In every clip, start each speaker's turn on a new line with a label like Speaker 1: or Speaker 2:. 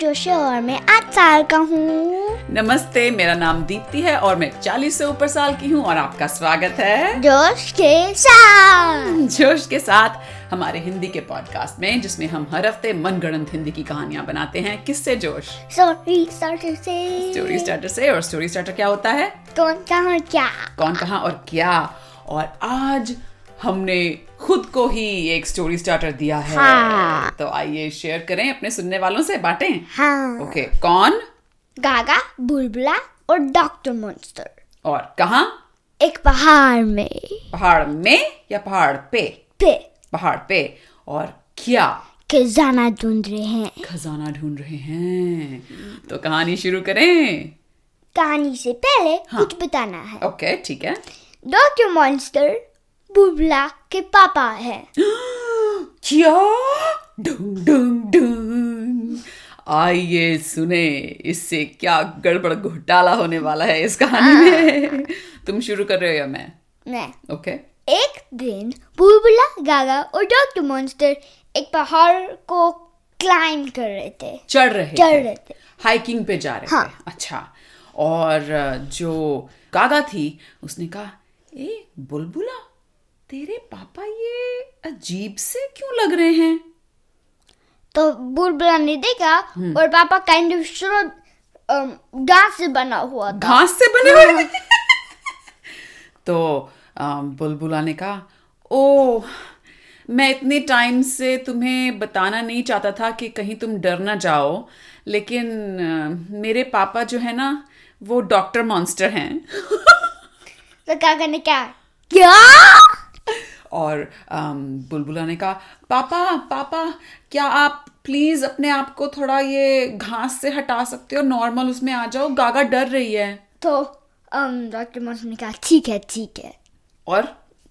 Speaker 1: खुश है और मैं आठ साल का हूँ
Speaker 2: नमस्ते मेरा नाम दीप्ति है और मैं 40 से ऊपर साल की हूँ और आपका स्वागत है
Speaker 1: जोश के साथ
Speaker 2: जोश के साथ हमारे हिंदी के पॉडकास्ट में जिसमें हम हर हफ्ते मनगढ़ंत हिंदी की कहानियां बनाते हैं किससे जोश
Speaker 1: सॉरी सॉरी से
Speaker 2: स्टोरी स्टार्टर से और स्टोरी स्टार्टर क्या होता है
Speaker 1: कौन कहाँ क्या
Speaker 2: कौन कहा और क्या और आज हमने खुद को ही एक स्टोरी स्टार्टर दिया है
Speaker 1: हाँ।
Speaker 2: तो आइए शेयर करें अपने सुनने वालों से बांटें
Speaker 1: हाँ
Speaker 2: ओके कौन
Speaker 1: गागा बुलबुला और डॉक्टर मॉन्स्टर
Speaker 2: और कहा
Speaker 1: एक पहाड़ में
Speaker 2: पहाड़ में या पहाड़ पे
Speaker 1: पे
Speaker 2: पहाड़ पे और क्या
Speaker 1: खजाना ढूंढ रहे हैं
Speaker 2: खजाना ढूंढ रहे हैं तो कहानी शुरू करें
Speaker 1: कहानी से पहले कुछ बताना है
Speaker 2: ओके ठीक है
Speaker 1: डॉक्टर मॉन्स्टर बुबला के पापा है
Speaker 2: क्या डुंग डुंग डुंग आइए सुने इससे क्या गड़बड़ घोटाला होने वाला है इस
Speaker 1: हाँ।
Speaker 2: कहानी में तुम शुरू कर रहे हो या मैं
Speaker 1: मैं
Speaker 2: ओके
Speaker 1: एक दिन बुलबुला गागा और डॉक्टर मॉन्स्टर एक पहाड़ को क्लाइंब कर रहे थे
Speaker 2: चढ़ रहे
Speaker 1: चढ़
Speaker 2: थे।
Speaker 1: रहे थे
Speaker 2: हाइकिंग पे जा रहे
Speaker 1: हाँ।
Speaker 2: थे अच्छा और अ, जो कागा थी उसने कहा ए बुलबुला तेरे पापा ये अजीब से क्यों लग रहे हैं
Speaker 1: तो बुलबुला ने देखा और पापा काइंड ऑफ श्रोड घास से बना हुआ था
Speaker 2: घास से बने हुए हैं। तो अ, बुलबुला ने कहा ओ मैं इतने टाइम से तुम्हें बताना नहीं चाहता था कि कहीं तुम डर ना जाओ लेकिन अ, मेरे पापा जो है ना वो डॉक्टर मॉन्स्टर हैं
Speaker 1: तो काका ने क्या क्या
Speaker 2: और अम, बुलबुला ने कहा पापा पापा क्या आप प्लीज अपने आप को थोड़ा ये घास से हटा सकते हो नॉर्मल उसमें आ जाओ गागा डर रही है
Speaker 1: तो डॉक्टर मॉन्स्टर ने कहा ठीक है ठीक है
Speaker 2: और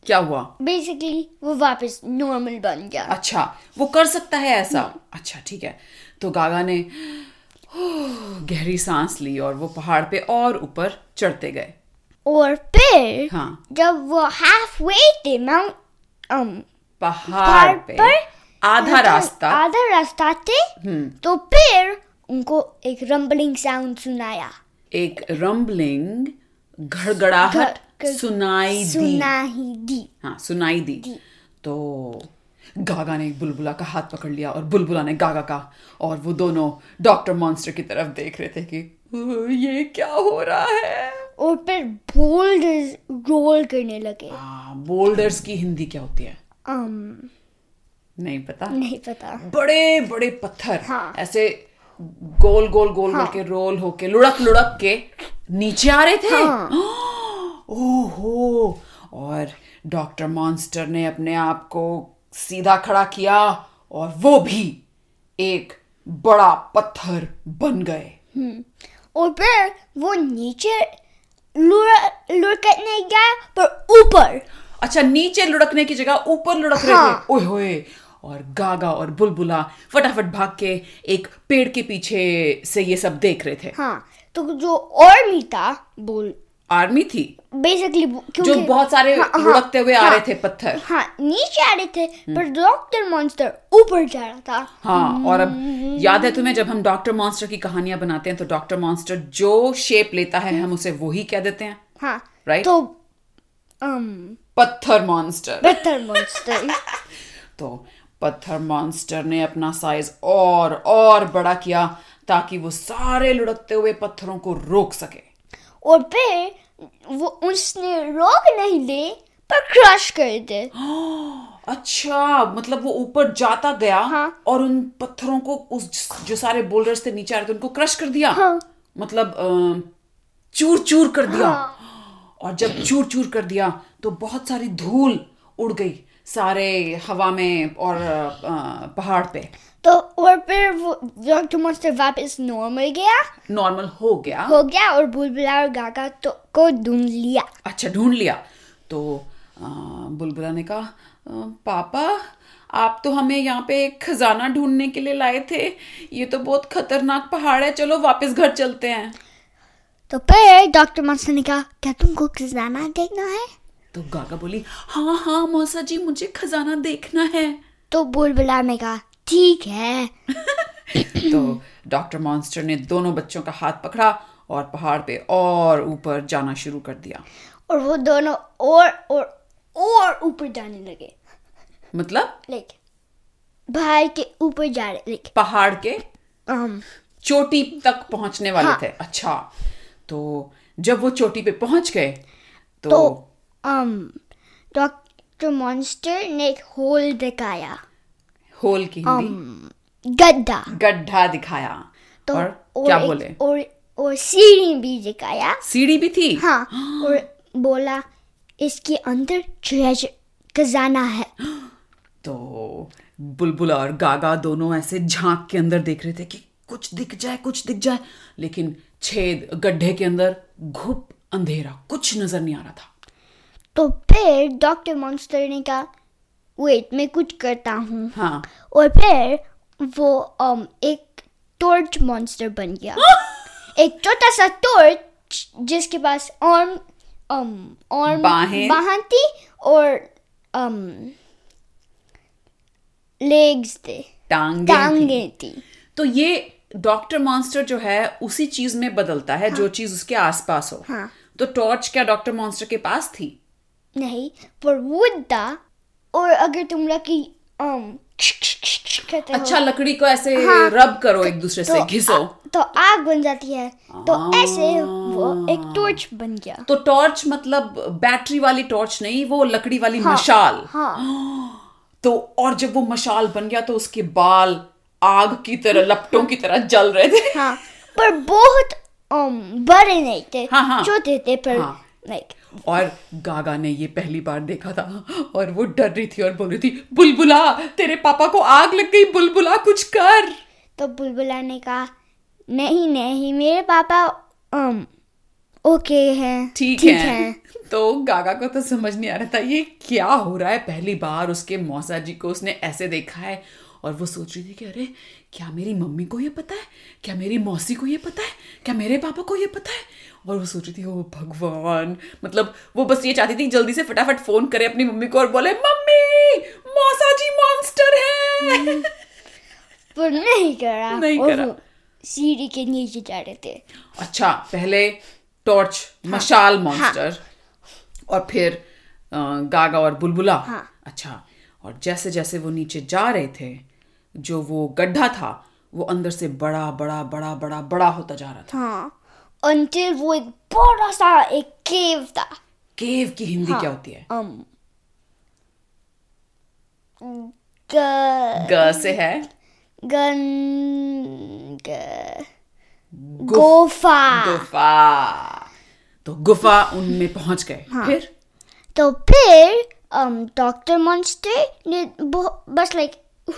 Speaker 2: क्या हुआ
Speaker 1: बेसिकली वो वापस नॉर्मल बन गया
Speaker 2: अच्छा वो कर सकता है ऐसा अच्छा ठीक है तो गागा ने गहरी सांस ली और वो पहाड़ पे और ऊपर चढ़ते गए
Speaker 1: और फिर
Speaker 2: हाँ
Speaker 1: जब वो हाफ वे थे माउंट um,
Speaker 2: पहाड़ पे
Speaker 1: पर-
Speaker 2: आधा रास्ता हम्म।
Speaker 1: आधा रास्ता थे तो फिर उनको एक रंबलिंग साउंड सुनाया
Speaker 2: एक रंबलिंग घड़घड़ाहट
Speaker 1: घड़-
Speaker 2: सुनाई दी
Speaker 1: सुना ही दी
Speaker 2: हाँ सुनाई दी तो गागा ने बुलबुला का हाथ पकड़ लिया और बुलबुला ने गागा का और वो दोनों डॉक्टर मॉन्स्टर की तरफ देख रहे थे कि "ओ, ये क्या हो रहा है
Speaker 1: और फिर बोल्डर्स रोल करने लगे
Speaker 2: आ, बोल्डर्स हाँ, की हिंदी क्या होती है
Speaker 1: um,
Speaker 2: नहीं पता
Speaker 1: नहीं पता
Speaker 2: बड़े बड़े पत्थर
Speaker 1: हाँ।
Speaker 2: ऐसे गोल गोल गोल गोल के रोल होके लुढ़क लुढ़क के नीचे आ रहे थे हाँ। ओहो और डॉक्टर मॉन्स्टर ने अपने आप को सीधा खड़ा किया और वो भी एक बड़ा पत्थर बन गए
Speaker 1: और फिर वो नीचे लुढ़- लुढ़कने गया पर ऊपर
Speaker 2: अच्छा नीचे लुढ़कने की जगह ऊपर लुढ़क रहे
Speaker 1: हाँ।
Speaker 2: थे ओए होए और गागा और बुलबुला फटाफट भाग के एक पेड़ के पीछे से ये सब देख रहे थे
Speaker 1: हाँ तो जो आर्मी था बोल
Speaker 2: आर्मी थी
Speaker 1: बेसिकली
Speaker 2: जो बहुत सारे लुढ़कते हुए आ रहे थे पत्थर हम्म।
Speaker 1: हाँ नीचे आ रहे थे पर डॉक्टर मॉन्स्टर ऊपर जा रहा था
Speaker 2: हाँ और अब याद है तुम्हें जब हम डॉक्टर मॉन्स्टर की कहानियां बनाते हैं तो डॉक्टर मॉन्स्टर जो शेप लेता है हम उसे वो ही कह देते हैं
Speaker 1: हाँ
Speaker 2: Right?
Speaker 1: तो um,
Speaker 2: पत्थर मॉन्स्टर
Speaker 1: बेहतर मॉन्स्टर
Speaker 2: तो पत्थर मॉन्स्टर ने अपना साइज और और बड़ा किया ताकि वो सारे लुढ़कते हुए पत्थरों को रोक सके
Speaker 1: और फिर वो उसने रोक नहीं दी पर क्रश कर दे
Speaker 2: अच्छा मतलब वो ऊपर जाता गया
Speaker 1: हाँ।
Speaker 2: और उन पत्थरों को उस जो सारे बोल्डर्स थे नीचे आ रहे थे उनको क्रश कर दिया
Speaker 1: हाँ।
Speaker 2: मतलब चूर चूर कर दिया
Speaker 1: हाँ।
Speaker 2: और जब चूर चूर कर दिया तो बहुत सारी धूल उड़ गई सारे हवा में और अ, अ, पहाड़ पे
Speaker 1: तो और फिर वो डॉक्टर मॉन्स्टर वापस नॉर्मल गया
Speaker 2: नॉर्मल हो गया
Speaker 1: हो गया और बुलबुला और गागा तो को ढूंढ लिया
Speaker 2: अच्छा ढूंढ लिया तो अ, बुलबुला ने कहा "अ, पापा आप तो हमें यहाँ पे एक खजाना ढूंढने के लिए लाए थे ये तो बहुत खतरनाक पहाड़ है चलो वापस घर चलते हैं
Speaker 1: तो फिर डॉक्टर मॉन्स्टर ने कहा क्या तुमको खजाना देखना है
Speaker 2: तो गागा बोली हाँ हाँ मौसा जी मुझे खजाना देखना है
Speaker 1: तो बुलबुला ने कहा ठीक है
Speaker 2: तो डॉक्टर मॉन्स्टर ने दोनों बच्चों का हाथ पकड़ा और पहाड़ पे और ऊपर जाना शुरू कर दिया
Speaker 1: और वो दोनों और और और ऊपर जाने लगे
Speaker 2: मतलब
Speaker 1: लाइक भाई के ऊपर जा रहे लाइक
Speaker 2: पहाड़ के
Speaker 1: um,
Speaker 2: चोटी तक पहुंचने वाले
Speaker 1: हाँ।
Speaker 2: थे अच्छा तो जब वो चोटी पे पहुंच गए तो,
Speaker 1: तो um, डॉक्टर मॉन्स्टर ने एक होल दिखाया
Speaker 2: होल की हिंदी
Speaker 1: Um, गड्ढा
Speaker 2: गड्ढा दिखाया
Speaker 1: तो
Speaker 2: और क्या
Speaker 1: एक-
Speaker 2: बोले
Speaker 1: और और सीढ़ी भी दिखाया
Speaker 2: सीढ़ी भी थी
Speaker 1: हाँ और बोला इसके अंदर ट्रेजर खजाना है
Speaker 2: तो बुलबुल और गागा दोनों ऐसे झांक के अंदर देख रहे थे कि कुछ दिख जाए कुछ दिख जाए लेकिन छेद गड्ढे के अंदर घुप अंधेरा कुछ नजर नहीं आ रहा था
Speaker 1: तो फिर डॉक्टर मॉन्स्टर ने कहा वेट मैं कुछ करता हूँ
Speaker 2: हाँ
Speaker 1: और फिर वो um, एक टॉर्च मॉन्स्टर बन गया एक छोटा सा टॉर्च जिसके पास आर्म um, आर्म
Speaker 2: बाहें।
Speaker 1: बाहें थी और um, लेग्स थे
Speaker 2: टांगे थी।
Speaker 1: टांगे थी
Speaker 2: तो ये डॉक्टर मॉन्स्टर जो है उसी चीज में बदलता है जो चीज उसके आसपास हो
Speaker 1: हाँ।
Speaker 2: तो टॉर्च क्या डॉक्टर मॉन्स्टर के पास थी
Speaker 1: नहीं पर वुड था और अगर तुम लकी um, कहते हो
Speaker 2: अच्छा लकड़ी को ऐसे
Speaker 1: तो हाँ।
Speaker 2: रब करो एक दूसरे से घिसो
Speaker 1: आ- तो आग बन जाती है तो ऐसे वो एक टॉर्च बन गया
Speaker 2: तो टॉर्च मतलब बैटरी वाली टॉर्च नहीं वो लकड़ी वाली
Speaker 1: हाँ,
Speaker 2: मशाल
Speaker 1: हाँ
Speaker 2: तो और जब वो मशाल बन गया तो उसके बाल आग की तरह लपटों की तरह जल रहे थे
Speaker 1: हाँ पर बहुत um, बड़े नहीं थे
Speaker 2: हाँ, हाँ।
Speaker 1: छोटे थे पर
Speaker 2: हाँ।
Speaker 1: लाइक
Speaker 2: और गागा ने ये पहली बार देखा था और वो डर रही थी और बोल रही थी बुलबुला तेरे पापा को आग लग गई बुलबुला कुछ कर
Speaker 1: तो बुलबुला ने कहा नहीं नहीं मेरे पापा um, ओके हैं
Speaker 2: ठीक है तो गागा को तो समझ नहीं आ रहा था ये क्या हो रहा है पहली बार उसके मौसा जी को उसने ऐसे देखा है और वो सोच रही थी कि अरे क्या मेरी मम्मी को ये पता है क्या मेरी मौसी को ये पता है क्या मेरे पापा को ये पता है और वो सोच रही थी ओ भगवान मतलब वो बस ये चाहती थी कि जल्दी से फटाफट फोन करे अपनी मम्मी को और बोले मम्मी मौसा जी मॉन्स्टर है
Speaker 1: पर नहीं करा
Speaker 2: नहीं
Speaker 1: और
Speaker 2: करा।
Speaker 1: वो सीढ़ी के नीचे जा रहे थे
Speaker 2: अच्छा पहले टॉर्च
Speaker 1: हाँ।
Speaker 2: मशाल मॉन्स्टर और फिर अ, गागा और बुलबुला
Speaker 1: हाँ।
Speaker 2: अच्छा और जैसे जैसे वो नीचे जा रहे थे जो वो गड्ढा था वो अंदर से बड़ा बड़ा बड़ा बड़ा बड़ा होता जा रहा था
Speaker 1: हाँ until वो एक बड़ा सा एक केव था
Speaker 2: केव की हिंदी क्या होती है
Speaker 1: um ग
Speaker 2: ग से है
Speaker 1: हाँ। गन ग-
Speaker 2: गुफ-
Speaker 1: गोफा
Speaker 2: गुफा तो गुफा उनमें पहुंच गए
Speaker 1: हाँ।
Speaker 2: फिर
Speaker 1: तो फिर um डॉक्टर मॉन्स्टर ने बहु- बस लाइक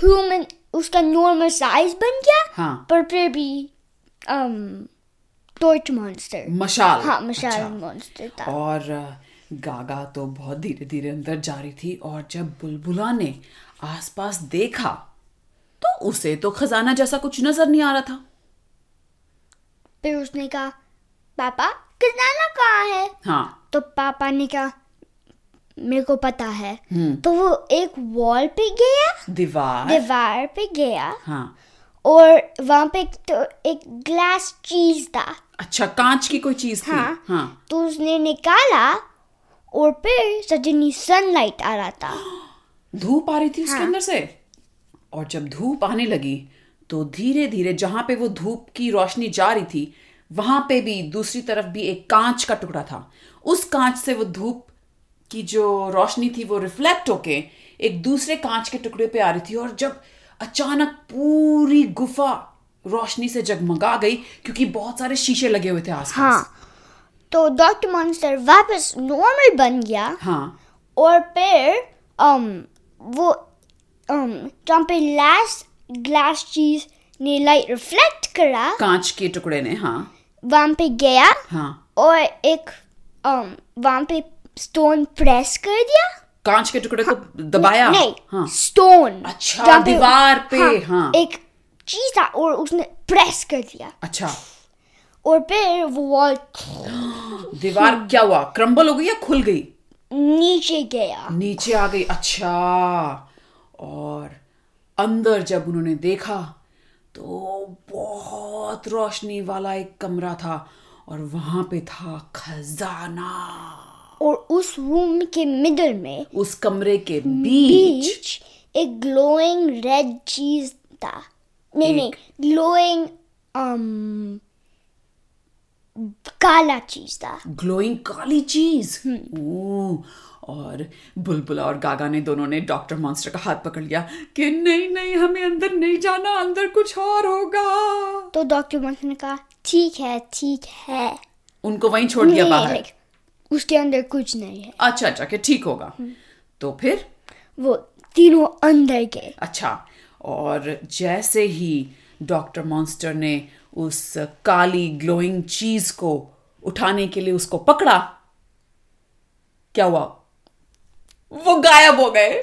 Speaker 1: ह्यूमन उसका नॉर्मल साइज बन गया
Speaker 2: हाँ।
Speaker 1: पर फिर भी um टॉर्च मॉन्स्टर
Speaker 2: मशाल
Speaker 1: हाँ मशाल
Speaker 2: Hmm, अच्छा।
Speaker 1: मॉन्स्टर था
Speaker 2: और अ, गागा तो बहुत धीरे धीरे अंदर जा रही थी और जब बुलबुला ने आसपास देखा तो उसे तो खजाना जैसा कुछ नजर नहीं आ रहा था
Speaker 1: फिर उसने कहा पापा खजाना कहाँ है
Speaker 2: हाँ
Speaker 1: तो पापा ने कहा मेरे को पता है
Speaker 2: Hmm.
Speaker 1: तो वो एक वॉल पे गया
Speaker 2: दीवार
Speaker 1: दीवार पे गया
Speaker 2: हाँ
Speaker 1: और वहां पे एक, तो, एक ग्लास चीज था
Speaker 2: अच्छा कांच की कोई चीज थी
Speaker 1: हाँ।
Speaker 2: हाँ
Speaker 1: तो उसने निकाला और फिर सजनी सनलाइट आ रहा था
Speaker 2: धूप आ रही थी उसके
Speaker 1: हाँ।
Speaker 2: अंदर से और जब धूप आने लगी तो धीरे धीरे जहां पे वो धूप की रोशनी जा रही थी वहां पे भी दूसरी तरफ भी एक कांच का टुकड़ा था उस कांच से वो धूप की जो रोशनी थी वो रिफ्लेक्ट होके एक दूसरे कांच के टुकड़े पे आ रही थी और जब अचानक पूरी गुफा रोशनी से जगमगा गई क्योंकि बहुत सारे शीशे लगे हुए थे आसपास
Speaker 1: हाँ तो डॉक्टर मॉन्स्टर वापस नॉर्मल बन गया
Speaker 2: हाँ
Speaker 1: और फिर um, वो um, जहाँ पे लास्ट ग्लास चीज ने लाइट रिफ्लेक्ट करा
Speaker 2: कांच के टुकड़े ने हाँ
Speaker 1: वहाँ पे गया
Speaker 2: हाँ
Speaker 1: और एक um, वहां पे स्टोन प्रेस कर दिया
Speaker 2: कांच के टुकड़े को दबाया
Speaker 1: नहीं
Speaker 2: हाँ
Speaker 1: स्टोन
Speaker 2: अच्छा, दीवार पे, हाँ।
Speaker 1: एक चीज था और उसने प्रेस कर दिया
Speaker 2: अच्छा
Speaker 1: और फिर वो वॉल
Speaker 2: दीवार क्या हुआ क्रम्बल हो गई या खुल गई
Speaker 1: नीचे गया
Speaker 2: नीचे आ गई अच्छा और अंदर जब उन्होंने देखा तो बहुत बहुत रोशनी वाला एक कमरा था और वहां पे था खजाना
Speaker 1: और उस रूम के मिडल में
Speaker 2: उस कमरे के बीच
Speaker 1: बीच एक ग्लोइंग रेड चीज था नहीं नहीं ग्लोइंग um, काला चीज था
Speaker 2: ग्लोइंग काली चीज ओह, और बुलबुला और गागा ने दोनों ने डॉक्टर मॉन्स्टर का हाथ पकड़ लिया कि नहीं नहीं हमें अंदर नहीं जाना अंदर कुछ और होगा
Speaker 1: तो डॉक्टर मंक ने कहा ठीक है ठीक है
Speaker 2: उनको वहीं छोड़ दिया
Speaker 1: नहीं,
Speaker 2: बाहर
Speaker 1: like, उसके अंदर कुछ नहीं है
Speaker 2: अच्छा अच्छा कि ठीक होगा तो फिर
Speaker 1: वो तीनों अंदर गए
Speaker 2: अच्छा और जैसे ही डॉक्टर मॉन्स्टर ने उस काली ग्लोइंग चीज को उठाने के लिए उसको पकड़ा क्या हुआ वो गायब हो गए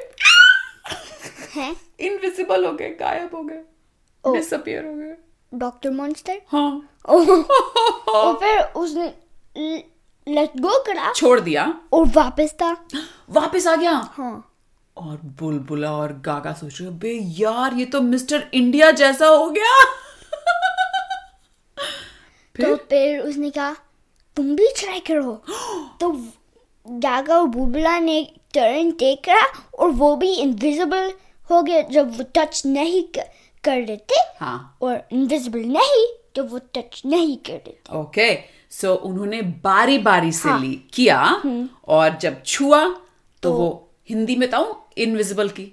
Speaker 1: हैं
Speaker 2: इनविजिबल हो गए गायब हो गए डिसअपियर हो गए
Speaker 1: डॉक्टर मॉन्स्टर
Speaker 2: हाँ
Speaker 1: और फिर उसने लेट गो करा
Speaker 2: छोड़ दिया
Speaker 1: और वापस था
Speaker 2: वापस आ गया
Speaker 1: हाँ
Speaker 2: और बुलबुला और गागा सोच रहे बे यार ये तो मिस्टर इंडिया जैसा हो गया फिर
Speaker 1: तो फिर उसने कहा तुम भी ट्राई करो तो डागा और बुबला ने टर्न टेक करा और वो भी इनविजिबल हो गए जब वो टच नहीं क- कर रहे थे
Speaker 2: हाँ
Speaker 1: और इनविजिबल नहीं जब वो टच नहीं कर रहे थे
Speaker 2: ओके सो उन्होंने बारी बारी से
Speaker 1: हाँ।
Speaker 2: ली किया
Speaker 1: हम्म।
Speaker 2: और जब छुआ तो वो हिंदी में बताऊं इनविजिबल की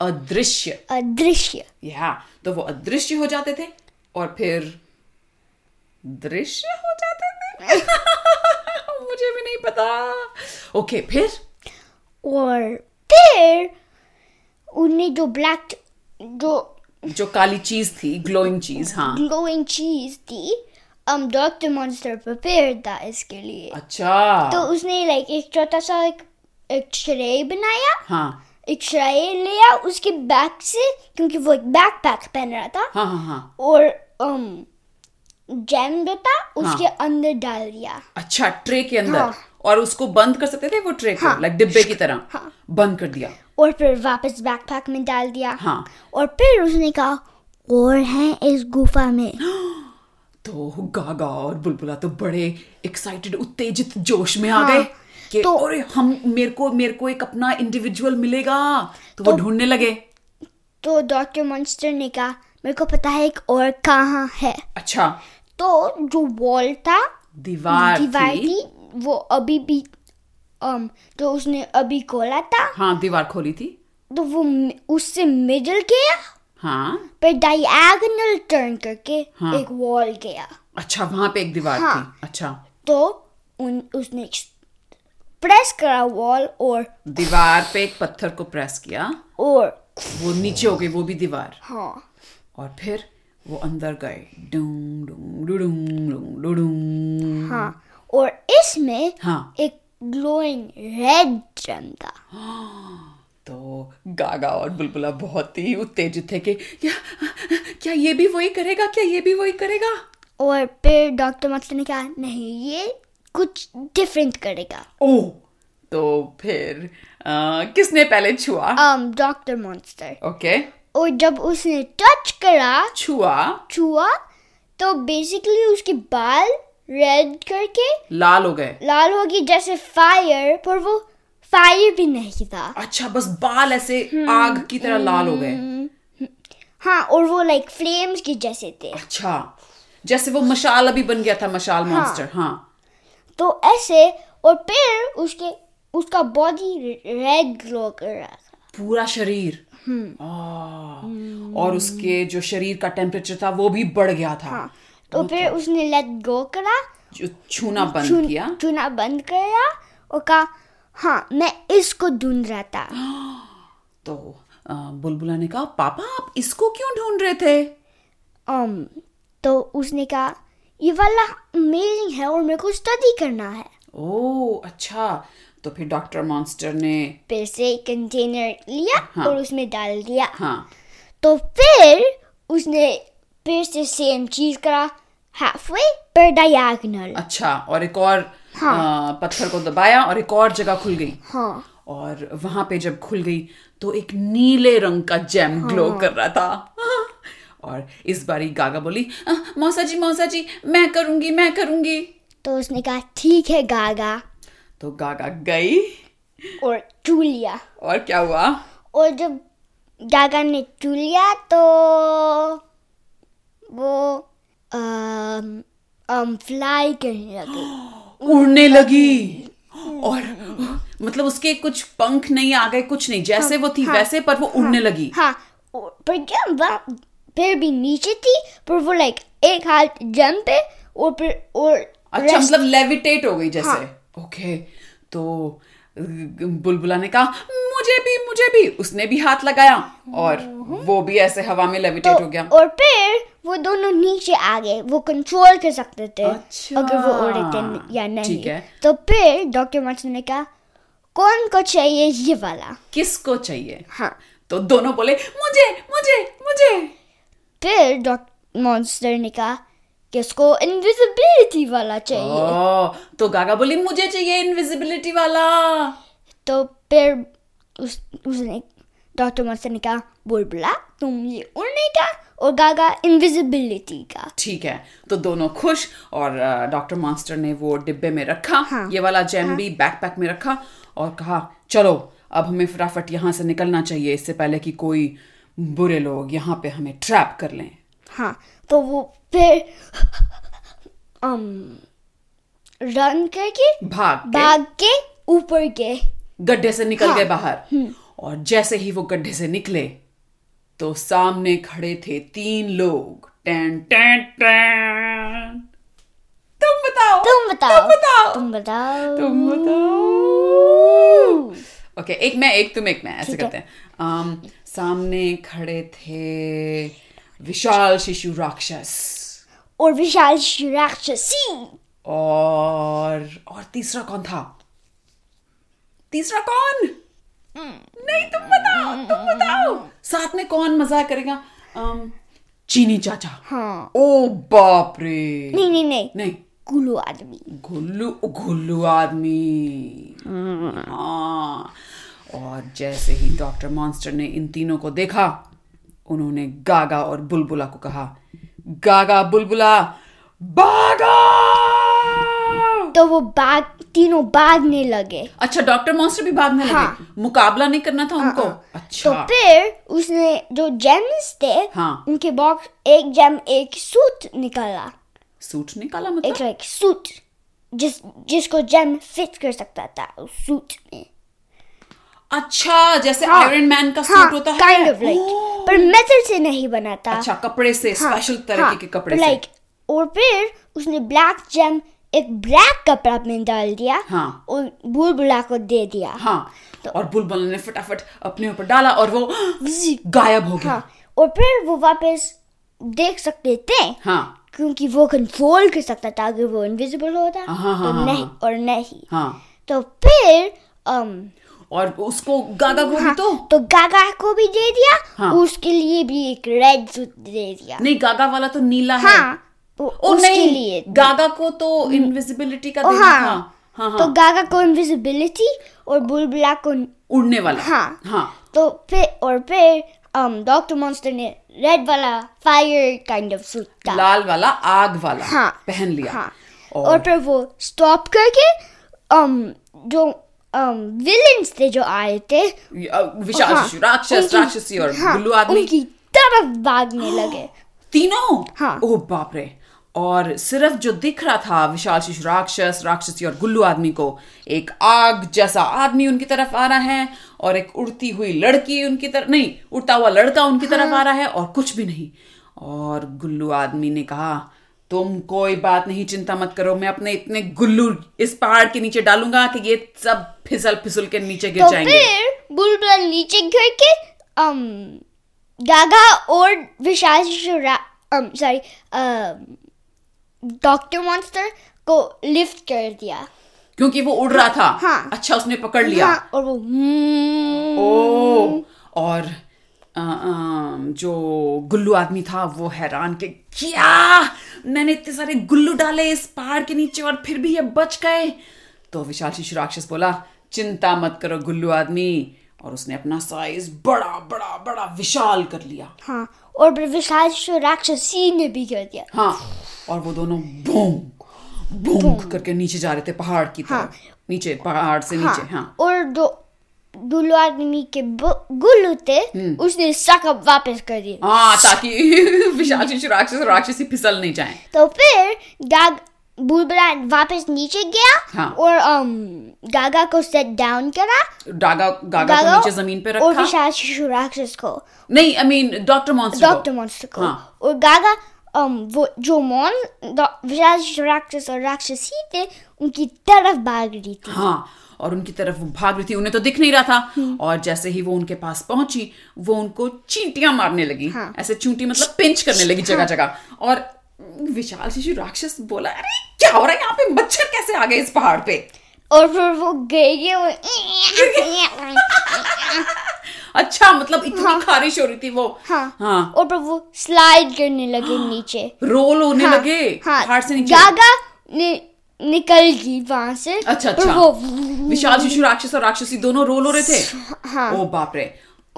Speaker 2: अदृश्य
Speaker 1: अदृश्य
Speaker 2: या तो वो अदृश्य हो जाते थे और फिर दृश्य हो जाते थे मुझे भी नहीं पता ओके फिर
Speaker 1: और फिर उन्हें जो ब्लैक जो
Speaker 2: जो काली चीज थी ग्लोइंग चीज हाँ
Speaker 1: ग्लोइंग चीज थी um डॉक्टर मॉन्स्टर प्रिपेयर था इसके लिए
Speaker 2: अच्छा
Speaker 1: तो उसने लाइक एक छोटा सा एक एक श्रेय बनाया
Speaker 2: हाँ
Speaker 1: एक श्रेय लिया उसके बैग से क्योंकि वो एक बैकपैक पहन रहा था
Speaker 2: हाँ हाँ हाँ
Speaker 1: और um, जैम जो था उसके अंदर डाल दिया
Speaker 2: अच्छा ट्रे के अंदर
Speaker 1: हाँ।
Speaker 2: और उसको बंद कर सकते थे वो ट्रे को
Speaker 1: हाँ।
Speaker 2: लाइक डिब्बे की तरह
Speaker 1: हाँ।
Speaker 2: बंद कर दिया
Speaker 1: और फिर वापस बैकपैक में डाल दिया
Speaker 2: हाँ।
Speaker 1: और फिर उसने कहा और हैं इस गुफा में
Speaker 2: तो गागा और बुलबुला तो बड़े एक्साइटेड उत्तेजित जोश में आ
Speaker 1: हाँ।
Speaker 2: गए कि
Speaker 1: तो-
Speaker 2: अरे हम मेरे को मेरे को एक अपना इंडिविजुअल मिलेगा तो वो
Speaker 1: तो-
Speaker 2: ढूंढने लगे
Speaker 1: तो डॉक्टर मॉन्स्टर ने कहा मेरे को पता है एक और कहाँ है
Speaker 2: अच्छा
Speaker 1: तो जो वॉल था
Speaker 2: दीवार
Speaker 1: दीवार
Speaker 2: थी
Speaker 1: थी वो अभी भी um, तो उसने अभी खोला था
Speaker 2: हाँ दीवार खोली थी
Speaker 1: तो वो मि- उससे मिडल गया
Speaker 2: हाँ
Speaker 1: पर डायगोनल टर्न करके
Speaker 2: हाँ।
Speaker 1: एक वॉल गया
Speaker 2: अच्छा वहां पे एक दीवार
Speaker 1: हाँ।
Speaker 2: थी अच्छा
Speaker 1: तो उन उसने प्रेस करा वॉल और
Speaker 2: दीवार पे एक पत्थर को प्रेस किया
Speaker 1: और
Speaker 2: वो नीचे हो गई वो भी दीवार
Speaker 1: हाँ
Speaker 2: और फिर वो अंदर गए डूं डूं डूं डूं डूं डूं
Speaker 1: हाँ और इसमें
Speaker 2: हाँ
Speaker 1: एक ग्लोइंग रेड ड्रम था
Speaker 2: तो गागा और बुलबुला बहुत ही उत्तेजित थे कि क्या क्या ये भी वही करेगा क्या ये भी वही करेगा
Speaker 1: और फिर डॉक्टर मक्सर ने कहा नहीं ये कुछ डिफरेंट करेगा
Speaker 2: ओह तो फिर अ, किसने पहले छुआ
Speaker 1: um डॉक्टर मॉन्स्टर
Speaker 2: ओके
Speaker 1: और जब उसने टच करा
Speaker 2: छुआ
Speaker 1: छुआ तो बेसिकली उसके बाल रेड करके
Speaker 2: लाल हो गए
Speaker 1: लाल हो गई जैसे फायर पर वो फायर भी नहीं था
Speaker 2: अच्छा बस बाल ऐसे आग की तरह लाल हो गए
Speaker 1: हाँ और वो लाइक फ्लेम्स के जैसे थे
Speaker 2: अच्छा जैसे वो मशाल अभी बन गया था मशाल मॉन्स्टर हाँ
Speaker 1: तो ऐसे और फिर उसके उसका बॉडी रेड ग्लो कर रहा था
Speaker 2: पूरा शरीर आह, और उसके जो शरीर का टेम्परेचर था वो भी बढ़ गया था
Speaker 1: हाँ तो फिर उसने लेट गो करा
Speaker 2: जो छूना बंद
Speaker 1: चुन-
Speaker 2: किया
Speaker 1: चुना बंद करा और कहा हाँ मैं इसको ढूंढ रहा था
Speaker 2: तो अ, बुलबुला ने कहा पापा आप इसको क्यों ढूंढ रहे थे
Speaker 1: um, तो उसने कहा ये वाला अमेजिंग है और मेरे को स्टडी करना है
Speaker 2: ओह अच्छा तो फिर डॉक्टर मॉन्स्टर ने
Speaker 1: फिर से कंटेनर लिया
Speaker 2: हाँ।
Speaker 1: और उसमें डाल दिया
Speaker 2: हाँ
Speaker 1: तो फिर उसने फिर से सेम चीज करा हाफ वे पर डायगोनल
Speaker 2: अच्छा और एक और
Speaker 1: हाँ।
Speaker 2: अ, पत्थर को दबाया और एक और जगह खुल गई
Speaker 1: हाँ
Speaker 2: और वहां पे जब खुल गई तो एक नीले रंग का जैम ग्लो कर रहा था और इस बारी गागा बोली "अ, मौसा जी मौसा जी मैं करूंगी मैं करूंगी
Speaker 1: तो उसने कहा ठीक है गागा
Speaker 2: तो गागा गई
Speaker 1: और चू लिया
Speaker 2: और क्या हुआ
Speaker 1: और जब गागा ने चू लिया तो वो अम, अम, फ्लाई करने लगी
Speaker 2: उड़ने लगी और मतलब उसके कुछ पंख नहीं आ गए कुछ नहीं जैसे वो थी वैसे पर वो उड़ने लगी
Speaker 1: हाँ और- पर जब वह फिर भी नीचे थी पर वो लाइक एक हाथ जम पे और फिर और
Speaker 2: अच्छा
Speaker 1: हाँ, rest- हाँ।
Speaker 2: मतलब लेविटेट हो गई जैसे ओके तो बुलबुला ने कहा मुझे भी मुझे भी उसने भी हाथ लगाया और वो भी ऐसे हवा में लेविटेट हो गया
Speaker 1: तो और फिर वो दोनों नीचे आ गए वो कंट्रोल कर सकते थे
Speaker 2: अच्छा।
Speaker 1: अगर वो उड़े थे या नहीं
Speaker 2: ठीक है।
Speaker 1: तो फिर डॉक्टर मार्टिन ने कहा कौन को चाहिए ये वाला
Speaker 2: किसको चाहिए
Speaker 1: हाँ
Speaker 2: तो दोनों बोले मुझे मुझे मुझे
Speaker 1: फिर डॉक्टर मॉन्स्टर ने कहा किसको इनविजिबिलिटी वाला चाहिए
Speaker 2: ओ, तो गागा बोली मुझे चाहिए इनविजिबिलिटी वाला
Speaker 1: तो फिर उस उसने डॉक्टर मॉन्स्टर ने कहा बुलबुला तुम ये उड़ने का और गागा इनविजिबिलिटी का
Speaker 2: ठीक है तो दोनों खुश और डॉक्टर मास्टर ने वो डिब्बे में रखा
Speaker 1: हाँ।
Speaker 2: ये वाला जैम भी बैकपैक में रखा और कहा चलो अब हमें फटाफट यहाँ से निकलना चाहिए इससे पहले कि कोई बुरे लोग यहाँ पे हमें ट्रैप कर लें
Speaker 1: हाँ तो वो फिर um, रन करके
Speaker 2: भाग के
Speaker 1: भाग के ऊपर गए
Speaker 2: गड्ढे से निकल
Speaker 1: हाँ।
Speaker 2: गए बाहर और जैसे ही वो गड्ढे से निकले तो सामने खड़े थे तीन लोग टैन टैन टैन तुम बताओ
Speaker 1: तुम बताओ
Speaker 2: तुम बताओ
Speaker 1: तुम बताओ
Speaker 2: तुम
Speaker 1: तो
Speaker 2: बताओ ओके एक मैं एक तुम एक मैं ऐसे
Speaker 1: ठीक है।
Speaker 2: करते हैं um, सामने खड़े थे विशाल शिशु राक्षस
Speaker 1: और विशाल राक्षसी
Speaker 2: और और तीसरा कौन था तीसरा कौन नहीं तुम बताओ तुम बताओ साथ में कौन मजा करेगा um, चीनी चाचा
Speaker 1: हाँ
Speaker 2: ओ बाप रे
Speaker 1: नहीं नहीं नहीं
Speaker 2: नहीं
Speaker 1: गुलू आदमी
Speaker 2: घुल्लू घुल्लू आदमी हाँ और जैसे ही डॉक्टर मॉन्स्टर ने इन तीनों को देखा उन्होंने गागा और बुलबुला को कहा गागा बुलबुला बागा
Speaker 1: तो वो बाग तीनों भागने लगे
Speaker 2: अच्छा डॉक्टर मॉन्स्टर भी भागने लगे
Speaker 1: हाँ।
Speaker 2: मुकाबला नहीं करना था उनको
Speaker 1: तो
Speaker 2: अच्छा
Speaker 1: फिर उसने जो जेम्स थे
Speaker 2: हाँ।
Speaker 1: उनके बॉक्स एक जेम एक सूट निकाला
Speaker 2: सूट निकाला मतलब
Speaker 1: एक लाइक सूट जिस जिसको जेम फिट कर सकता था उस सूट में हाँ।
Speaker 2: अच्छा जैसे आयरन मैन का सूट होता है Oh।
Speaker 1: काइंड ऑफ लाइक पर मेटल से नहीं बना था
Speaker 2: अच्छा कपड़े से
Speaker 1: हाँ,
Speaker 2: स्पेशल तरीके के कपड़े से
Speaker 1: लाइक और फिर उसने ब्लैक जेम एक ब्लैक कपड़ा में डाल दिया
Speaker 2: हाँ।
Speaker 1: और बुलबुला को दे दिया
Speaker 2: हाँ और बुलबुल ने फटाफट अपने ऊपर डाला और वो गायब हो गया
Speaker 1: हाँ और फिर वो वापस देख सकते थे
Speaker 2: हाँ
Speaker 1: क्योंकि वो कंट्रोल कर सकता था अगर वो इनविजिबल होता
Speaker 2: हाँ, हाँ,
Speaker 1: तो
Speaker 2: हाँ,
Speaker 1: नहीं
Speaker 2: हाँ।
Speaker 1: और नहीं
Speaker 2: हाँ
Speaker 1: तो फिर अम,
Speaker 2: और उसको गागा को भी
Speaker 1: हाँ,
Speaker 2: तो
Speaker 1: तो गागा को भी दे दिया
Speaker 2: हाँ।
Speaker 1: उसके लिए भी एक रेड सूट दे दिया
Speaker 2: नहीं गागा वाला तो नीला है
Speaker 1: हाँ वो-
Speaker 2: ओ
Speaker 1: उसके
Speaker 2: नहीं
Speaker 1: लिए हम्म।
Speaker 2: गागा को तो इनविजिबिलिटी का
Speaker 1: ओ
Speaker 2: देना
Speaker 1: हाँ,
Speaker 2: था हाँ
Speaker 1: तो
Speaker 2: हाँ
Speaker 1: गागा को इनविजिबिलिटी और बुलबुला को
Speaker 2: उड़ने वाला
Speaker 1: हाँ।
Speaker 2: हाँ
Speaker 1: तो फिर और फिर अम डॉक्टर मॉन्स्टर ने रेड वाला फायर काइंड ऑफ सूट था
Speaker 2: लाल वाला आग वाला
Speaker 1: हाँ
Speaker 2: पहन लिया
Speaker 1: हाँ
Speaker 2: और-
Speaker 1: और फिर वो स्टॉप करके अम जो अम विलेंस थे जो आए थे
Speaker 2: अ, विशाल
Speaker 1: हाँ,
Speaker 2: शिशु राक्षस
Speaker 1: उनकी-
Speaker 2: राक्षसी और
Speaker 1: हाँ,
Speaker 2: गुल्लू आदमी
Speaker 1: उनकी तरफ भागने लगे
Speaker 2: तीनों
Speaker 1: हाँ।
Speaker 2: ओ बाप रे और सिर्फ जो दिख रहा था विशाल शिशु राक्षस राक्षसी और गुल्लू आदमी को एक आग जैसा आदमी उनकी तरफ आ रहा है और एक उड़ती हुई लड़की उनकी तरफ नहीं उड़ता हुआ लड़का उनकी तरफ
Speaker 1: हाँ।
Speaker 2: आ रहा है और कुछ भी नहीं और गुल्लू आदमी ने कहा तुम कोई बात नहीं चिंता मत करो मैं अपने इतने गुल्लू इस पहाड़ के नीचे डालूंगा कि ये सब फिसल फिसल के नीचे गिर
Speaker 1: तो
Speaker 2: जाएंगे
Speaker 1: फिर बुलबुला नीचे गिर के अम गागा और विशाल um, शिशुरा um sorry doctor monster um, को लिफ्ट कर दिया
Speaker 2: क्योंकि वो उड़ रहा था
Speaker 1: हाँ।
Speaker 2: अच्छा उसने पकड़ लिया
Speaker 1: हाँ, और वो हम्म,
Speaker 2: ओ और अ, अम, जो गुल्लू आदमी था वो हैरान के क्या मैंने इतने सारे गुल्लू डाले इस पहाड़ के नीचे और फिर भी ये बच गए तो विशाल शिशु राक्षस बोला चिंता मत करो गुल्लू आदमी और उसने अपना साइज बड़ा बड़ा बड़ा विशाल कर लिया
Speaker 1: हाँ और विशाल राक्षसी ने भी कर दिया
Speaker 2: हाँ और वो दोनों बूम बूम करके नीचे जा रहे थे पहाड़ की तरफ नीचे पहाड़ से
Speaker 1: हाँ,
Speaker 2: नीचे हाँ
Speaker 1: और जो दुल्लू आदमी के ब- गुल्लू थे उसने सकअप वापस कर दिया
Speaker 2: हाँ ताकि विशाल राक्षस और राक्षसी फिसल नहीं जाए
Speaker 1: तो फिर गाग बुलबुला वापस नीचे गया
Speaker 2: हाँ।
Speaker 1: और अम, गागा को सेट डाउन करा
Speaker 2: डागा गागा को
Speaker 1: गागा
Speaker 2: नीचे जमीन पे
Speaker 1: और
Speaker 2: रखा
Speaker 1: विशाल शिशु राक्षस को
Speaker 2: नहीं I mean doctor monster
Speaker 1: doctor monster को
Speaker 2: हाँ।
Speaker 1: और गागा अम, वो जो मॉन डॉ- विशाल शिशु राक्षस और राक्षसी थे उनकी तरफ भाग रही थी
Speaker 2: हाँ और उनकी तरफ वो भाग रही थी उन्हें तो दिख नहीं रहा
Speaker 1: हम्म।
Speaker 2: था और जैसे ही वो उनके पास पहुंची वो उनको चींटियां मारने लगी
Speaker 1: हाँ।
Speaker 2: ऐसे चूंटी मतलब पिंच करने लगी जगह जगह और विशाल शिशु राक्षस बोला अरे क्या हो रहा है यहाँ पे मच्छर कैसे आ गए इस पहाड़ पे
Speaker 1: और फिर वो गए गए वो
Speaker 2: अच्छा मतलब इतनी खारिश हो रही थी वो
Speaker 1: हाँ,
Speaker 2: हाँ
Speaker 1: और फिर वो स्लाइड करने लगे नीचे
Speaker 2: रोल होने
Speaker 1: हाँ,
Speaker 2: लगे
Speaker 1: हाँ,
Speaker 2: पहाड़ से नीचे
Speaker 1: गागा ने निकल गई वहां से
Speaker 2: अच्छा,
Speaker 1: पर
Speaker 2: अच्छा।
Speaker 1: वो
Speaker 2: विशाल शिशु राक्षस और राक्षसी दोनों रोल हो रहे थे
Speaker 1: हाँ
Speaker 2: ओ बाप रे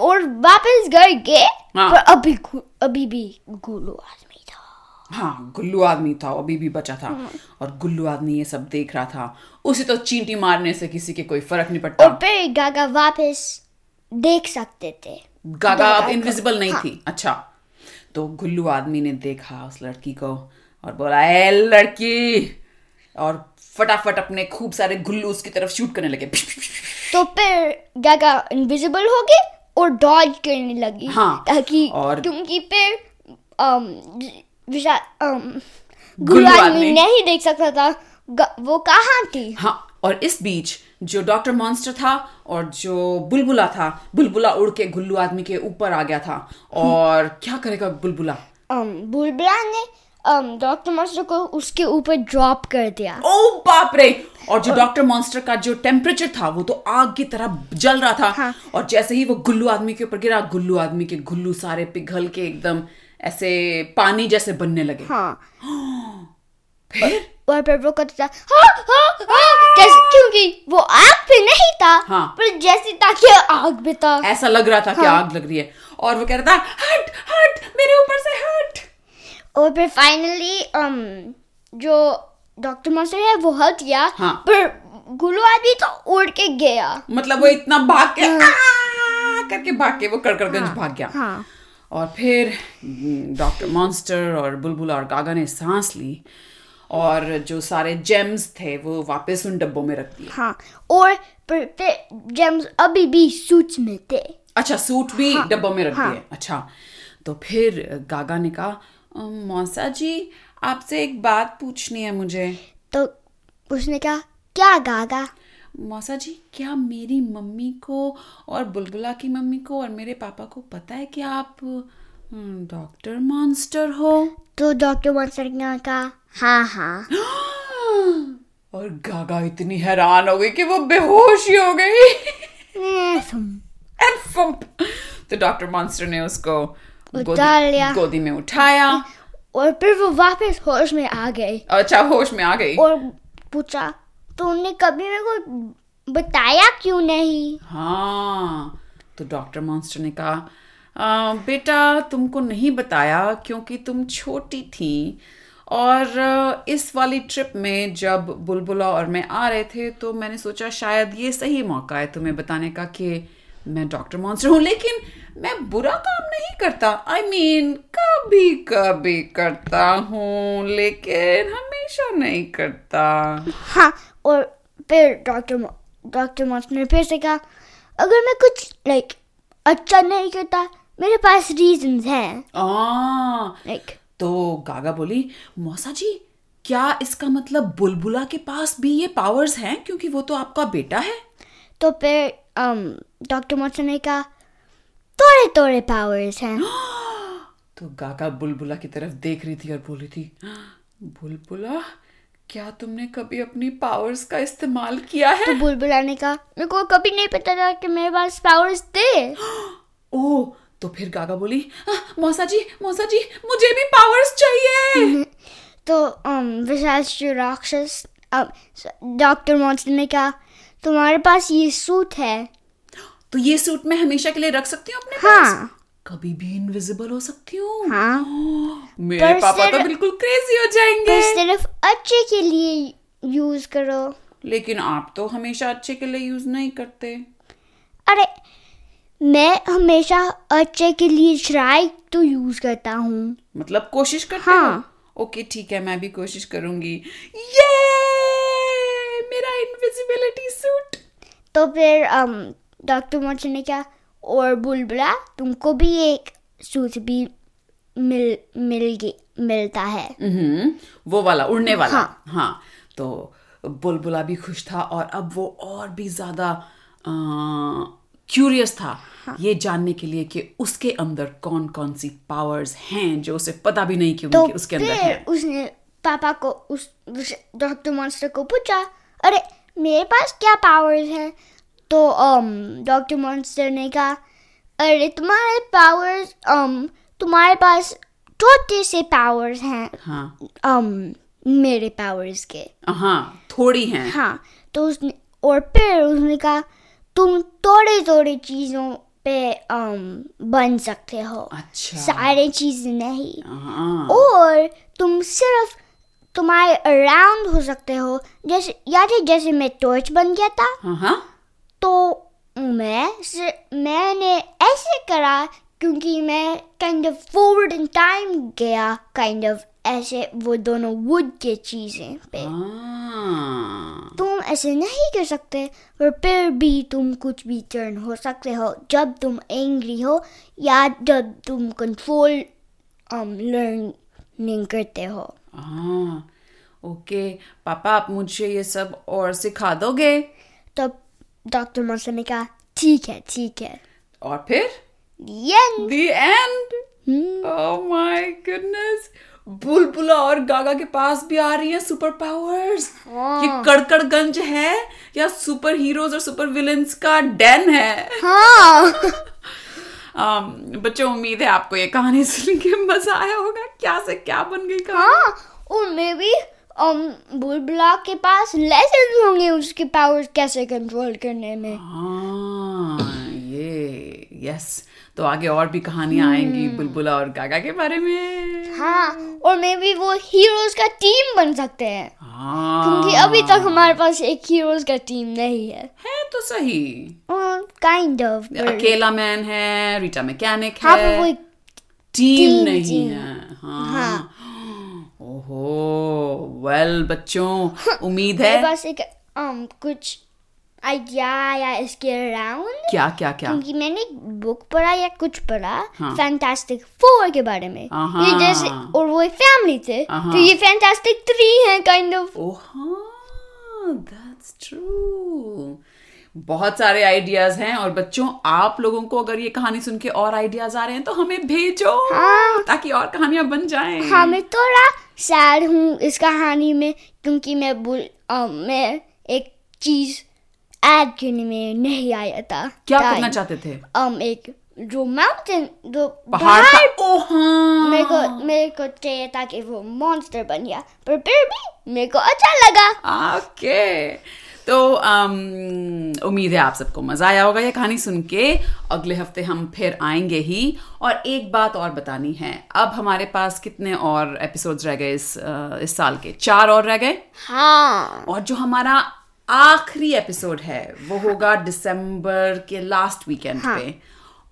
Speaker 1: और वापस घर गए
Speaker 2: हाँ।
Speaker 1: पर अभी गु- अभी भी गुल्लू आदमी था
Speaker 2: हाँ गुल्लू आदमी था अभी भी बचा था
Speaker 1: हाँ।
Speaker 2: और गुल्लू आदमी ये सब देख रहा था उसे तो चींटी मारने से किसी के कोई फर्क नहीं पड़ता
Speaker 1: और फिर गागा वापस देख सकते थे
Speaker 2: गागा
Speaker 1: गागा
Speaker 2: अब
Speaker 1: को-
Speaker 2: इनविजिबल नहीं
Speaker 1: हाँ।
Speaker 2: थी अच्छा तो गुल्लू आदमी ने देखा उस लड़की को और बोला ए लड़की और फटाफट अपने खूब सारे गुल्लू उसकी तरफ शूट करने लगे
Speaker 1: तो फिर गागा इनविजिबल हो गई और डॉज करने लगी
Speaker 2: हाँ,
Speaker 1: ताकि
Speaker 2: और-
Speaker 1: क्योंकि फिर अम, विशा अम,
Speaker 2: गुल्लू
Speaker 1: गुल्लू आदमी
Speaker 2: आदमी।
Speaker 1: नहीं देख सकता था ग- वो कहाँ थी
Speaker 2: हाँ और इस बीच जो डॉक्टर मॉन्स्टर था और जो बुलबुला था बुलबुला उड़ के गुल्लू आदमी के ऊपर आ गया था
Speaker 1: हम्म।
Speaker 2: और क्या करेगा बुलबुला
Speaker 1: अम, बुलबुला um, ने अम, डॉक्टर मास्टर को उसके ऊपर ड्रॉप कर दिया
Speaker 2: ओ Oh, बाप रे और जो डॉक्टर मॉन्स्टर का जो टेम्परेचर था वो तो आग की तरह जल रहा था
Speaker 1: हाँ।
Speaker 2: और जैसे ही वो गुल्लू आदमी के ऊपर गिरा गुल्लू आदमी के गुल्लू सारे पिघल के एकदम ऐसे पानी जैसे बनने लगे
Speaker 1: हाँ
Speaker 2: फिर
Speaker 1: और फिर वो करता था हाँ हाँ हाँ जैसे क्योंकि वो आग पे नहीं था
Speaker 2: हाँ।
Speaker 1: पर जैसे ताकि आग पे था
Speaker 2: ऐसा लग रहा था कि
Speaker 1: हाँ।
Speaker 2: आग लग रही है और वो कह रहा था हट हट मेरे ऊपर से हट
Speaker 1: और फिर फाइनली अम जो डॉक्टर मास्टर है वो हट गया
Speaker 2: हाँ।
Speaker 1: पर गुल्लू आदमी तो उड़ के गया
Speaker 2: मतलब वो इतना भाग के "आ!" करके भाग के वो कड़कड़गंज भाग गया
Speaker 1: हाँ
Speaker 2: और फिर डॉक्टर मॉन्स्टर और बुलबुला और गागा ने सांस ली और जो सारे जेम्स थे वो वापस उन डब्बों में रख दिए
Speaker 1: हाँ और पर फिर जेम्स अभी भी सूच में थे
Speaker 2: अच्छा सूट भी डब्बों में रख
Speaker 1: हाँ।
Speaker 2: दिए अच्छा तो फिर गागा ने कहा "अम, मौसा जी आपसे एक बात पूछनी है मुझे
Speaker 1: तो उसने कहा क्या गागा
Speaker 2: मौसा जी क्या मेरी मम्मी को और बुलबुला की मम्मी को और मेरे पापा को पता है कि आप अम, डॉक्टर मॉन्स्टर हो
Speaker 1: तो डॉक्टर मास्टर ने कहा हाँ हाँ
Speaker 2: और गागा इतनी हैरान हो गई कि वो बेहोश ही हो गई
Speaker 1: हम्म।
Speaker 2: And thump! तो डॉक्टर मॉन्स्टर ने उसको
Speaker 1: उतार
Speaker 2: गोदी,
Speaker 1: लिया।
Speaker 2: गोदी में उठाया
Speaker 1: और फिर वो वापस होश में आ गए
Speaker 2: अच्छा होश में आ गई
Speaker 1: और पूछा तुमने कभी मेरे को बताया क्यों नहीं
Speaker 2: हाँ तो डॉक्टर मॉन्स्टर ने कहा "आ, बेटा तुमको नहीं बताया क्योंकि तुम छोटी थी और अ, इस वाली ट्रिप में जब बुलबुला और मैं आ रहे थे तो मैंने सोचा शायद ये सही मौका है तुम्हें बताने का कि मैं डॉक्टर मॉन्स्टर हूँ लेकिन मैं बुरा काम नहीं करता आई I मीन mean, कभी कभी करता हूँ लेकिन हमेशा नहीं करता
Speaker 1: हाँ और फिर डॉक्टर मो- डॉक्टर मॉन्स्टर ने फिर से कहा अगर मैं कुछ लाइक अच्छा नहीं करता मेरे पास रीजंस हैं
Speaker 2: आ,
Speaker 1: लाइक
Speaker 2: तो गागा बोली मौसा जी क्या इसका मतलब बुलबुला के पास भी ये पावर्स हैं क्योंकि वो तो आपका बेटा है
Speaker 1: तो फिर अम डॉक्टर मॉन्स्टर ने कहा थोड़े थोड़े पावर्स हैं
Speaker 2: तो गागा बुलबुला की तरफ देख रही थी और बोली थी बुलबुला क्या तुमने कभी अपनी पावर्स का इस्तेमाल किया है
Speaker 1: तो बुलबुला ने कहा मेरे को कभी नहीं पता था कि मेरे पास पावर्स थे
Speaker 2: ओ तो फिर गागा बोली "आ, मौसा जी मौसा जी मुझे भी पावर्स चाहिए
Speaker 1: तो um, विशाल श्री राक्षस um, डॉक्टर मॉन्स्टर ने कहा तुम्हारे पास ये सूट है
Speaker 2: तो ये सूट मैं हमेशा के लिए रख सकती हूँ अपने
Speaker 1: हाँ
Speaker 2: कभी भी इनविजिबल हो सकती हूँ
Speaker 1: हाँ
Speaker 2: मेरे
Speaker 1: पर
Speaker 2: पापा तो
Speaker 1: सिर्फ-
Speaker 2: बिल्कुल क्रेजी हो
Speaker 1: पर
Speaker 2: जाएंगे
Speaker 1: सिर्फ अच्छे के लिए यूज करो
Speaker 2: लेकिन आप तो हमेशा अच्छे के लिए यूज नहीं करते
Speaker 1: अरे मैं हमेशा अच्छे के लिए ट्राई तो यूज करता हूँ
Speaker 2: मतलब कोशिश करते
Speaker 1: हाँ।
Speaker 2: हो ओके ठीक है मैं भी कोशिश करूंगी ये मेरा इनविजिबिलिटी सूट
Speaker 1: तो फिर डॉक्टर मोर्चन ने क्या और बुलबुला तुमको भी एक सूट भी मिल मिल गई मिलता है
Speaker 2: हम्म वो वाला उड़ने वाला
Speaker 1: हाँ।
Speaker 2: हाँ तो बुलबुला भी खुश था और अब वो और भी ज्यादा क्यूरियस था
Speaker 1: हाँ।
Speaker 2: ये जानने के लिए कि उसके अंदर कौन कौन सी पावर्स हैं जो उसे पता भी नहीं कि
Speaker 1: तो
Speaker 2: उनके उसके अंदर है
Speaker 1: फिर उसने पापा को उस उस डॉक्टर मॉन्स्टर को पूछा अरे मेरे पास क्या पावर्स हैं तो um, डॉक्टर मॉन्स्टर ने कहा अरे तुम्हारे पावर्स um, तुम्हारे पास छोटे से पावर्स हैं
Speaker 2: हाँ
Speaker 1: um, मेरे पावर्स के
Speaker 2: हाँ थोड़ी हैं
Speaker 1: हाँ तो उसने और फिर उसने कहा तुम थोड़ी थोड़ी चीजों पे um, बन सकते हो
Speaker 2: अच्छा
Speaker 1: सारे चीजें नहीं
Speaker 2: हाँ
Speaker 1: और तुम सिर्फ तुम्हारे अराउंड हो सकते हो जैसे याद है जैसे मैं टॉर्च बन गया था
Speaker 2: हाँ हाँ
Speaker 1: तो मैं से- मैंने ऐसे करा क्योंकि मैं kind of forward in time गया काइंड ऑफ ऐसे वो दोनों वुड के चीजें पे
Speaker 2: हाँ
Speaker 1: तुम ऐसे नहीं कर सकते पर फिर भी तुम कुछ भी टर्न हो सकते हो जब तुम एंग्री हो या जब तुम कंट्रोल लर्निंग करते हो
Speaker 2: हाँ ओके पापा आप मुझे ये सब और सिखा दोगे
Speaker 1: तब डॉक्टर मॉन्स्टर ने कहा ठीक है ठीक है
Speaker 2: और फिर
Speaker 1: ये
Speaker 2: the end oh my goodness Oh बुलबुला और गागा के पास भी आ रही है सुपर पावर्स ये कड़कड़गंज है या सुपर हीरोज और सुपर विलन्स का डैन है
Speaker 1: हाँ
Speaker 2: um, बच्चों उम्मीद है आपको ये कहानी सुन के मजा आया होगा क्या से क्या बन गई कहानी
Speaker 1: हाँ और मे भी um, बुलबुला के पास लेसन होंगे उसके पावर्स कैसे कंट्रोल करने में
Speaker 2: हाँ ये यस तो आगे और भी कहानियां
Speaker 1: Hmm.
Speaker 2: आएंगी बुलबुला और गागा के बारे में
Speaker 1: हाँ और मे भी वो हीरोज का टीम बन सकते हैं
Speaker 2: हाँ
Speaker 1: क्योंकि अभी तक हमारे पास एक हीरोज का टीम नहीं है
Speaker 2: है तो सही
Speaker 1: काइंड ऑफ
Speaker 2: अकेला मैन है रीटा मैकेनिक
Speaker 1: हाँ
Speaker 2: है
Speaker 1: पर वो
Speaker 2: टीम
Speaker 1: टीम,
Speaker 2: नहीं
Speaker 1: टीम।
Speaker 2: है हाँ,
Speaker 1: हाँ।
Speaker 2: ओहो वेल बच्चों उम्मीद
Speaker 1: मेरे
Speaker 2: है
Speaker 1: पास एक um, कुछ आइडिया आया इसके अराउंड
Speaker 2: क्या क्या क्या
Speaker 1: क्योंकि मैंने एक बुक पढ़ा या कुछ पढ़ा
Speaker 2: हाँ।
Speaker 1: फैंटास्टिक फोर के बारे में
Speaker 2: हाँ।
Speaker 1: ये जैसे और वो एक फैमिली थे
Speaker 2: हाँ।
Speaker 1: तो ये फैंटास्टिक थ्री है काइंड ऑफ
Speaker 2: ओ हाँ दैट्स ट्रू बहुत सारे आइडियाज हैं और बच्चों आप लोगों को अगर ये कहानी सुन के और आइडियाज आ रहे हैं तो हमें भेजो
Speaker 1: हाँ।
Speaker 2: ताकि और कहानियां बन जाएं
Speaker 1: हाँ मैं थोड़ा सैड हूँ इस कहानी में क्योंकि मैं बुल um, मैं एक चीज ऐड करने में नहीं आया था
Speaker 2: क्या
Speaker 1: Time.
Speaker 2: करना चाहते थे
Speaker 1: um, एक जो माउंटेन जो
Speaker 2: पहाड़ का ओ हाँ
Speaker 1: मेरे को मेरे को चाहिए था कि वो मॉन्स्टर बन गया पर फिर भी मेरे को अच्छा लगा
Speaker 2: ओके तो अम, उम्मीद है आप सबको मजा आया होगा ये कहानी सुन के अगले हफ्ते हम फिर आएंगे ही और एक बात और बतानी है अब हमारे पास कितने और एपिसोड्स रह गए इस अ, इस साल के चार और रह गए
Speaker 1: हाँ
Speaker 2: और जो हमारा आखिरी एपिसोड है वो होगा दिसंबर के लास्ट वीकेंड पे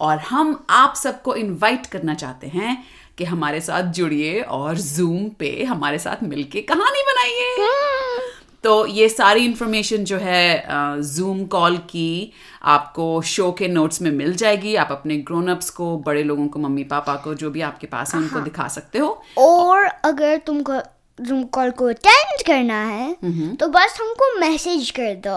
Speaker 2: और हम आप सबको इनवाइट करना चाहते हैं कि हमारे साथ जुड़िए और जूम पे हमारे साथ मिलके कहानी बनाइए तो ये सारी इंफॉर्मेशन जो है जूम कॉल की आपको शो के नोट्स में मिल जाएगी आप अपने ग्रोन अप्स को बड़े लोगों को मम्मी पापा को जो भी आपके पास है उनको दिखा सकते हो
Speaker 1: और अगर तुमको जूम कॉल को अटेंड करना है तो बस हमको मैसेज कर दो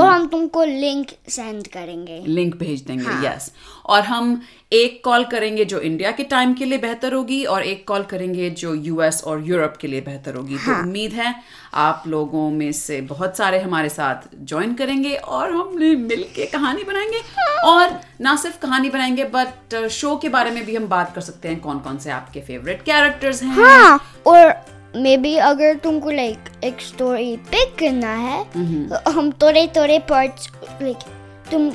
Speaker 1: और हम तुमको लिंक सेंड करेंगे
Speaker 2: लिंक भेज देंगे
Speaker 1: हाँ।
Speaker 2: यस और हम एक कॉल करेंगे जो इंडिया के टाइम के लिए बेहतर होगी और एक कॉल करेंगे जो यूएस और यूरोप के लिए बेहतर होगी
Speaker 1: हाँ।
Speaker 2: तो उम्मीद है आप लोगों में से बहुत सारे हमारे साथ ज्वाइन करेंगे और हम मिल के कहानी बनाएंगे
Speaker 1: हाँ।
Speaker 2: और ना सिर्फ कहानी बनाएंगे बट शो के बारे में भी हम बात कर सकते हैं कौन कौन से आपके फेवरेट कैरेक्टर्स हैं
Speaker 1: हाँ और मे बी अगर तुमको लाइक एक स्टोरी पिक करना है
Speaker 2: हम्म।
Speaker 1: तो हम थोड़े थोड़े पार्ट्स लाइक तुम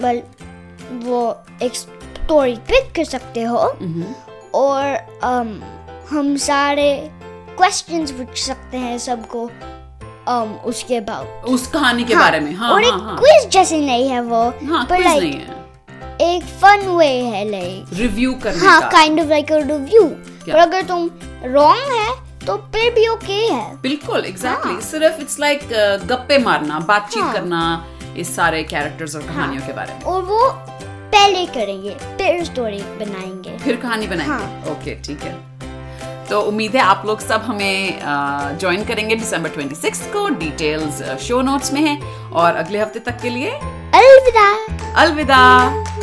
Speaker 1: बल वो एक स्टोरी पिक कर सकते हो
Speaker 2: हम्म।
Speaker 1: और um, हम सारे क्वेश्चंस पूछ सकते हैं सबको um, उसके अबाउट
Speaker 2: उस कहानी के बारे में हाँ
Speaker 1: और
Speaker 2: हाँ
Speaker 1: एक
Speaker 2: हाँ
Speaker 1: क्विज जैसे नहीं है वो
Speaker 2: हाँ
Speaker 1: पर
Speaker 2: quiz नहीं
Speaker 1: लाइक
Speaker 2: है
Speaker 1: एक फन वे है लाइक
Speaker 2: रिव्यू करने
Speaker 1: हाँ
Speaker 2: का
Speaker 1: kind of like a review
Speaker 2: Yeah.
Speaker 1: पर अगर तुम रॉन्ग है तो फिर भी ओके है
Speaker 2: बिल्कुल एग्जैक्टली सिर्फ इट्स लाइक गप्पे मारना बातचीत
Speaker 1: हाँ।
Speaker 2: करना इस सारे कैरेक्टर्स और कहानियों के बारे में
Speaker 1: और वो पहले करेंगे फिर स्टोरी बनाएंगे
Speaker 2: फिर कहानी बनाएंगे ओके ठीक है तो उम्मीद है आप लोग सब हमें ज्वाइन करेंगे दिसंबर 26 को uh, डिटेल्स शो नोट्स में है और अगले हफ्ते तक के लिए
Speaker 1: अलविदा
Speaker 2: अलविदा